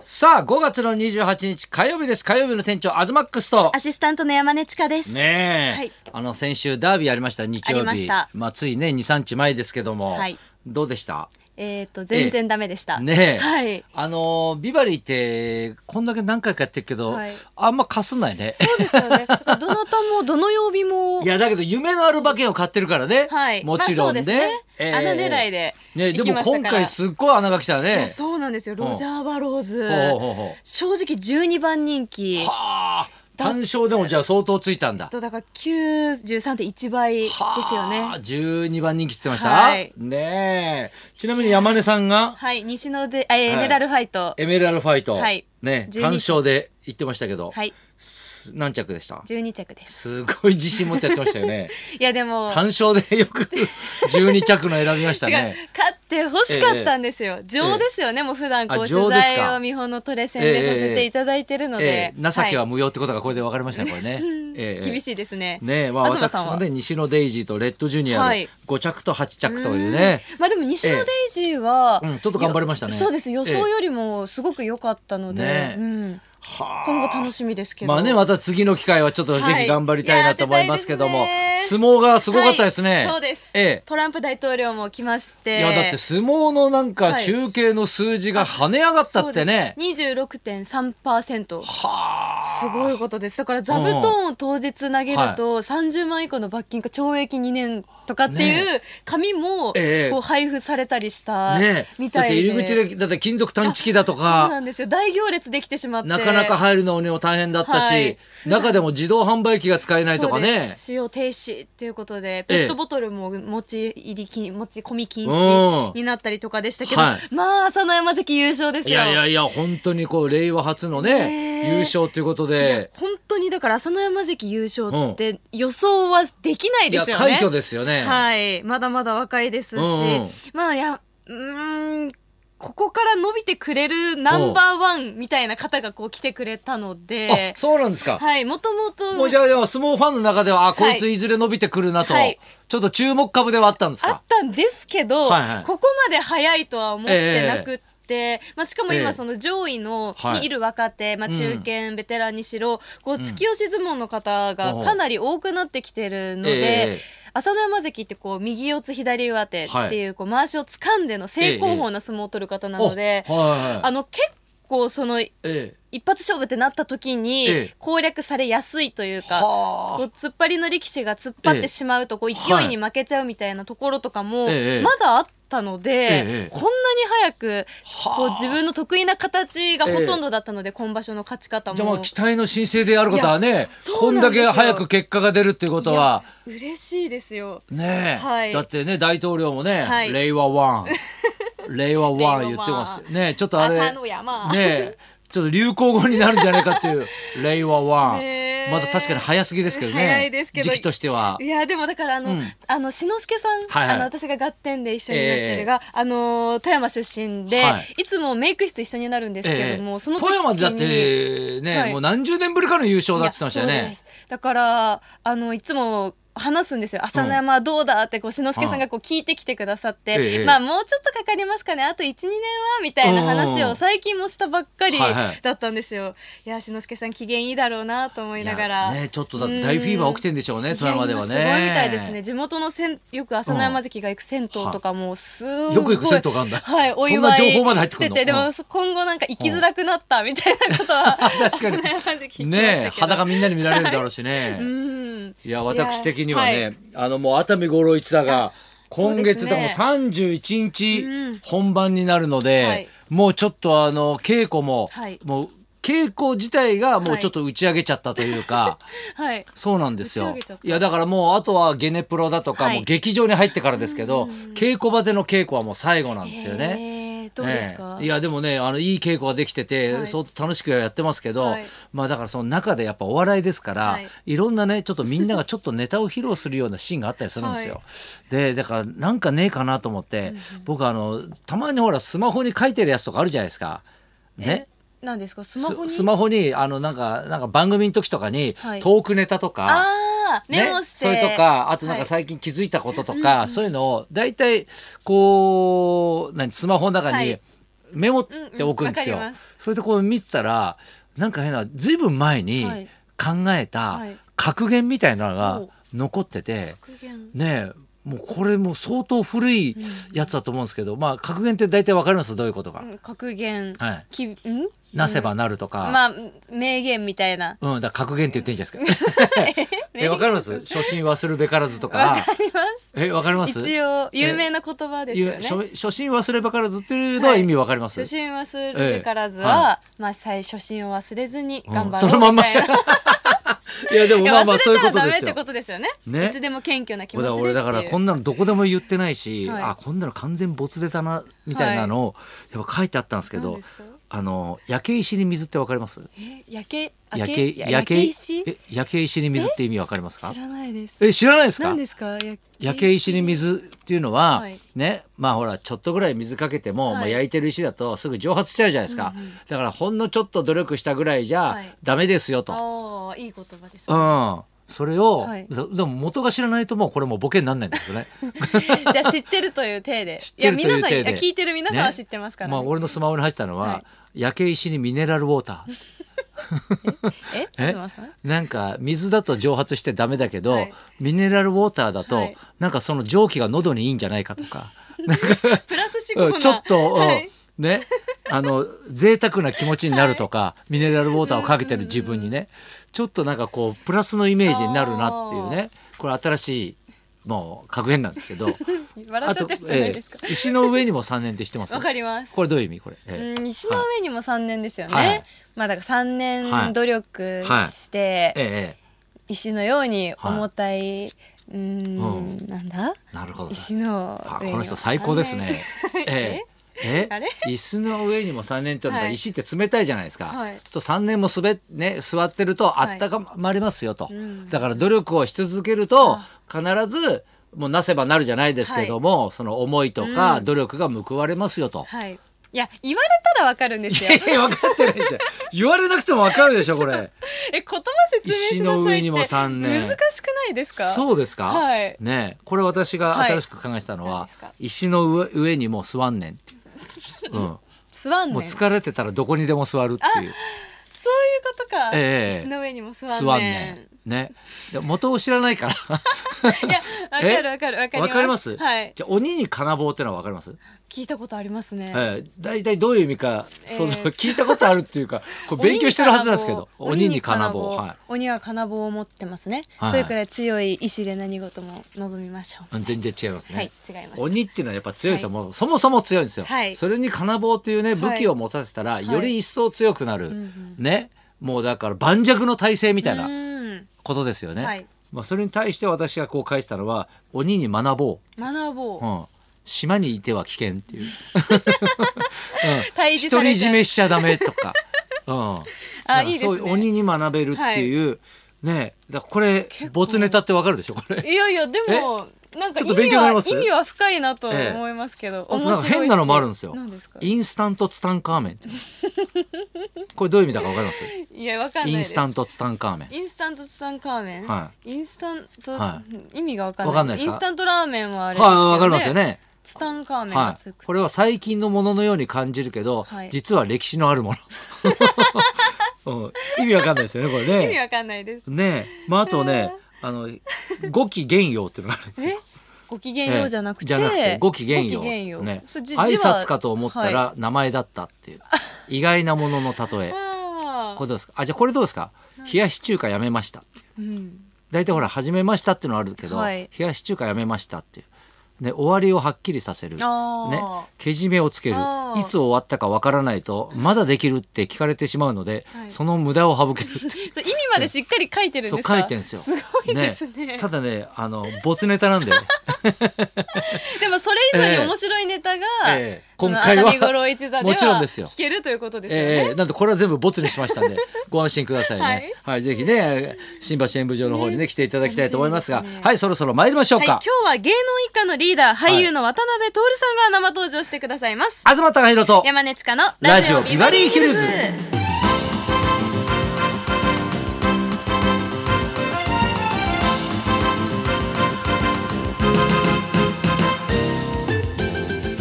さあ5月の28日火曜日です火曜日の店長アズマックスとアシスタントの山根千佳です。ねえ、はいあの先週ダービーありました日曜日ありましたあついね23日前ですけども、はいどうでしたえっ、と、全然ダメでした。ねえ、はい。あのビバリーってこんだけ何回かやってるけど、はいあんまかすんないねそうですよ ね。だからどなたも、どの曜日もい。やだけど夢のある馬券を買ってるからね、はい。もちろんね,まあ、そえうえ、ですね。穴狙いで。ねで行きもましたか今ら回すっごい穴が来たねそうなんですよ。ロジャー・バローズほうほうほう。正直12番人気。はあ単勝でもじゃあ相当ついたんだとだから93.1倍ですよはあね。 12番人気って言ってました、はいねえちなみに山根さんがはい。西ので、あえーはいエメラルファイト。エメラルファイト、はいね12単勝で言ってましたけど、はい。す何着でした12着です。すごい自信持ってやってましたよ ねいや、でも。単勝でよ く12着の選びました違うね勝って欲しかったんですよ、情ですよね、もう普段こあう情取ですか材を見本のトレセンでさせていただいてるのでえ、え情けはは無用ってことがこれで分かりましたねこれ ね、えいえ厳しいですねねえまあ東私さんはもね西のデイジーとレッドジュニアはでい5着と8着というね、まあでも西野デイジーは、ええうんちょっと頑張りましたねよそうです予想よりもすごく良かったので、ねえうん、はあ今後楽しみですけどまあね、また次の機会はちょっとぜはひい頑張りたいなと思いますけども、いやーやりたいです相撲がすごかったですね。はいそうです、えトランプ大統領も来ましてえ。いや、だって相撲のなんかはい中継の数字が跳ね上がったってね。二十六点三パーセント。はあ。すごいことです。だから座布団を当日投げると三十万以下の罰金か懲役二年とかっていねう紙もええこう配布されたりしたねえみだったていで。入り口で、だって金属探知機だとそうかな、んですよ。大行列できてしまって。なかなか入るのにも大変だったし、はい中でも自動販売機が使えないとかそうねで。す使用停止っていうことで、ペットボトルも持ち入りき持ち込み禁うん止になったりとかでしたけど、はまあ朝乃山関優勝ですいよ。やいやいや、本当にこう、令和初のね、ねえ優勝ということで。本当にだから朝乃山関優勝って予想はできないいでや、すよね。快挙ですよね。はい、まだまだ若いですし、うんうんまあやうーんここから伸びてくれるナンバーワンみたいな方がこう来てくれたのあで、そうなんですか。はい、もとももとうじゃあでも相撲ファンの中ではあこいつはいずれ伸びてくるなと、はいちょっと注目株ではあったんですあっか。たんですけはど、いはいここまで早いとは思ってなくって。まあ、しかもええ今その上位のはいにいる若手、まあ、中堅、ベテランにしろこう突き押し相撲の方おがうかなり多くなってきてるのえでえ朝乃山関ってこう右四つ左上手っていうこう回しを掴んでの正攻法な相撲を取る方なので、おはいはあい。の結構そのえ一発勝負ってなった時えにえ攻略されやすいというえ、か、こうは突っ張りの力士が突っ張ってしまうとこう勢いに負けちゃうみたいなところとかもええまだあったのええでこんなに早くはあこう自分の得意な形がほとんどだったので今場所の勝ち方あ。も。じゃあまあ期待の申請でやることはねそこうんなんだですけよ早く結果が出るっていうことはいや嬉しいですよ。ねえ、はいだってね大統領もね、はい令和 ワン令和ワン令和ワン言ってますよねえちょっとあれ朝の山。ねえちょっと流行語になるんじゃないかっていう令和ワン、 ねえまず確かに早すぎですけどね早いですけど。時期としてはいやでもだからあの、うんあの志の輔さん、はいはいあの私が合点で一緒になってるが、あの富山出身で、、はいつもメイク室一緒になるんですけれどえも、えその時富に山でだってね、はいもう何十年ぶりかの優勝だって言ってましたよいやそうねで。すだからあのいつも話すんですよ朝乃山はどうだってこう志の輔さんがこう聞いてきてくださって、ええまあもうちょっとかかりますかねあと12年はみたいな話うんを最近もしたばっかりはいはいだったんですよ、いや志の輔さん機嫌いいだろうなと思いながらいやねちょっとだって大フィーバー起きてんでしょうね、富山ではね。いや今すごいみたいですね。地元のせんよく朝乃山関が行く銭湯とかもすごいよく行く銭湯があんだはい、そおんな祝い情報まで入ってしくんてのてでうもん今後なんか行きづらくなったみたいなことは 確かに朝乃山関言ってましたけどね裸みんなに見られるだろうしね。 うんいや私的にはね、いやはいあのもう熱海五郎一座が今月そうですねだからもう31う日ん本番になるので、はいもうちょっとあの稽古も、はいもう稽古自体がもうちょっと打ち上げちゃったというか。 はいそうなんですよ打ち上げちゃっ。たいやだからもうあとはゲネプロだとか、はいもう劇場に入ってからですけど、稽古場での稽古はもう最後なんですよね。へーどうですか、ええいやでもねあのいい稽古ができてて、はい相当楽しくやってますけど、はいまあだからその中でやっぱお笑いですから、はいい、ろんなねちょっとみんながちょっとネタを披露するようなシーンがあったりするんですよ。はでだからなんかねえかなと思って、僕あのたまにほらスマホに書いてるやつとかあるじゃないですか。ね。なんですかスマスホにスマホにあのなんかなんか番組の時とかに、はいトークネタとかああメモして、それとかあとなんかはい最近気づいたこととか、そういうのを大体こう何スマホの中に、はいメモっておくんですよ。うんうんわかりますそれでこう見てたらなんか変なずいぶん前にはい考えたはい格言みたいなのがおう残ってて、格言ねえもうこれもう相当古いやつだと思うんですけど、まあ格言って大体わかりますどういうことか。うん格言はい。きんなせばなるとか。まあ名言みたいなうん、だから格言って言ってんじゃないですか。 え、わかります初心忘るべからずとか。ありますえ、わかります一応有名な言葉ですいよやね初初心忘れべからずっていうのは意味わかります、初心忘るべからずええは、まあ最初心を忘れずにうん頑張そろのうまんみまた いな、 いやでもいまあやまあ忘そういれうたこらとでダメっすてよことですよねねいつでも謙虚な気持ちでっていう俺だからこんなのどこでも言ってないし、はいあこんなの完全没でたなみたいなのをやっぱ書いてあったんですけど、何ですかあの焼け石に水ってわかりますえ焼け焼焼けけ焼け石え焼け石に水って意味わかりますか知らないですえ知らないですか何ですか焼焼け石に水っていうのは、はいねまあほらちょっとぐらい水かけても、はいまあ、焼いてる石だとすぐ蒸発しちゃうじゃないですか、だからほんのちょっと努力したぐらいじゃはいダメですよと、ああいい言葉ですうんそれを、はいだでも元が知らないともうこれもうボケになんないんですよねじゃあ知ってるという体で知っいやてるという皆さんい体やで聞いてる皆さんはね知って ますからまあね俺のスマホに入ってたのは、はい焼け石にミネラルウォーターええ妻さんなんか水だと蒸発してダメだけど、はいミネラルウォーターだと、はいなんかその蒸気が喉にいいんじゃないかとか。プラス思考うんなちょっと、うんはいねあの贅沢な気持ちになるとか、ミネラルウォーターをかけてる自分にねちょっとなんかこうプラスのイメージになるなっていうねこれ新しいもう格言なんです けど笑っちゃってるじゃないですかええ石の上にも3年って知ってますわかりますこれどういう意味これ、ええうん石の上にも三年ですよね、はいまあだから三は年い努力して、えええ石のように重たい、ううーん、、んなんだえなるほど石のあ上にこの人最高ですね。え ええあれ椅子の上にも3年ってのははい石って冷たいじゃないですか、はいちょっと3年もすべ、ね、座ってるとあはいったかまりますよと、んだから努力をし続けると必ずもうなせばなるじゃないですけども、その思いとか努力が報われますよと。はいいや言われたらわかるんですよ いや分かってないじゃん言われなくても分かるでしょこれえ言葉 説明しなさいって石の上にも三年難しくないですかそうですか、はいねえこれ私が新しく考えてたのは、はい何ですか石の上上にもう座んねんって、うん、座んねもうんそういう疲れてたらどこにでも座るっていうことか、ええ石の上にも座んねん座んねんねで元を知らないからいやわかるわかるわかりますわかりますはいじゃあ鬼に金棒ってのはわかります、聞いたことありますね、ええ大体どういう意味か、そうそうええ聞いたことあるっていうかこれ勉強してるはずなんですけど鬼に金棒鬼には鬼は金棒を持ってますね、はいそれくらい強い意志で何事も望みましょうい全然違いますね、はい違いました鬼っていうのはやっぱ強いですよ、はもうそもそも強いんですよ、はいそれに金棒というねはい武器を持たせたら、いより一層強くなる、んねもうだから盤石の体制みたいうなーんことですよね、はいまあ、それに対して私がこう書いてたのは鬼に学ぼう学ぼう、うん、島にいては危険っていう、うん、退治独さりれちゃ占うめしちゃダメと か、うん、あなんかいいですそうねいう鬼に学べるっていう、ねだからこれ結構没ネタってわかるでしょこれ。いやいやでもなんかちょっと意勉味強になりはます意味は深いなとええ思いますけど、あ面白ないんかし変なのもあるんですよ何ですか。インスタントツタンカーメンってのがあるんですよこれどういう意味だかわかります？いやわかんないイですンスタントツタンカーメン。インスタントツタンカーメン、はインスタント、は意味がわかんなわいかんないですイかンスタントラーメンはあれですよねはいわかりますよね。ツタンカーメンがはついく、。これは最近のもののように感じるけど、はい実は歴史のあるも の。うん、意味わかんないですよねこれね。意味わかんないですねえ、まあ、あとね、あの、五期元用っていうのがあるんです えよ。ご機嫌ようじゃなくて,、ええじゃなくて、ご機嫌ごきげんよ用。うね、それ挨じ字は拶かと思ったはら、名前だったっていう。意外なものの例い え。あこれーどうですか。あ、じゃ、これどうですか。冷やし中華やめました。うん、大体ほら、始めましたっていうのはあるけど、はい冷やし中華やめましたっていう。ね、終わりをはっきりさせる。ねあー、けじめをつけるあーいつ終わったかわからないとまだできるって聞かれてしまうので、はいその無駄を省けるそう意味までしっかり書いて るんそでうすか書いてんですよ。すごいですねただね、あの没ネタ なんで、でもそれ以上に面白いネタが、ええこの今回は熱海五郎一座ではもちろんですよ聞けるということですよね、ええなんでこれは全部没にしましたん で、ご安心くださいね。ははいい、ぜひね、新橋演舞場の方にね来ていただきたいと思いますが、楽しみですねはい、そろそろ参りましょうはい、今か。日は芸能一家のリーダー俳優の渡辺徹さんが生登場してくださいます、東貴弘と、山根千佳のララジジオオビビババリリーーヒヒルルズズ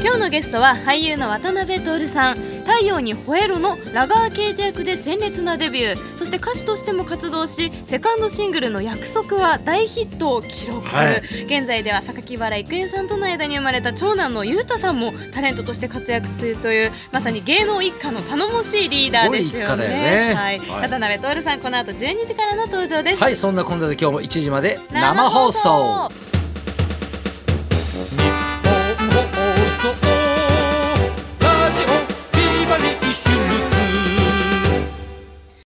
今日ののゲストは俳優の渡辺徹さん「太陽に吠えろ」のラガー刑事役で鮮烈なデビューそして歌手としても活動しセカンドシングルの「約束」は大ヒットを記録、はい現在では榊原郁恵さんとの間に生まれた長男の裕太さんもタレントとして活躍中というまさに芸能一家の頼もしいリーダーですよすごいね一家だよねはいはい渡辺徹さんこの後12時からの登場です、はいそんなこんなで今日も1時まで生生放放送送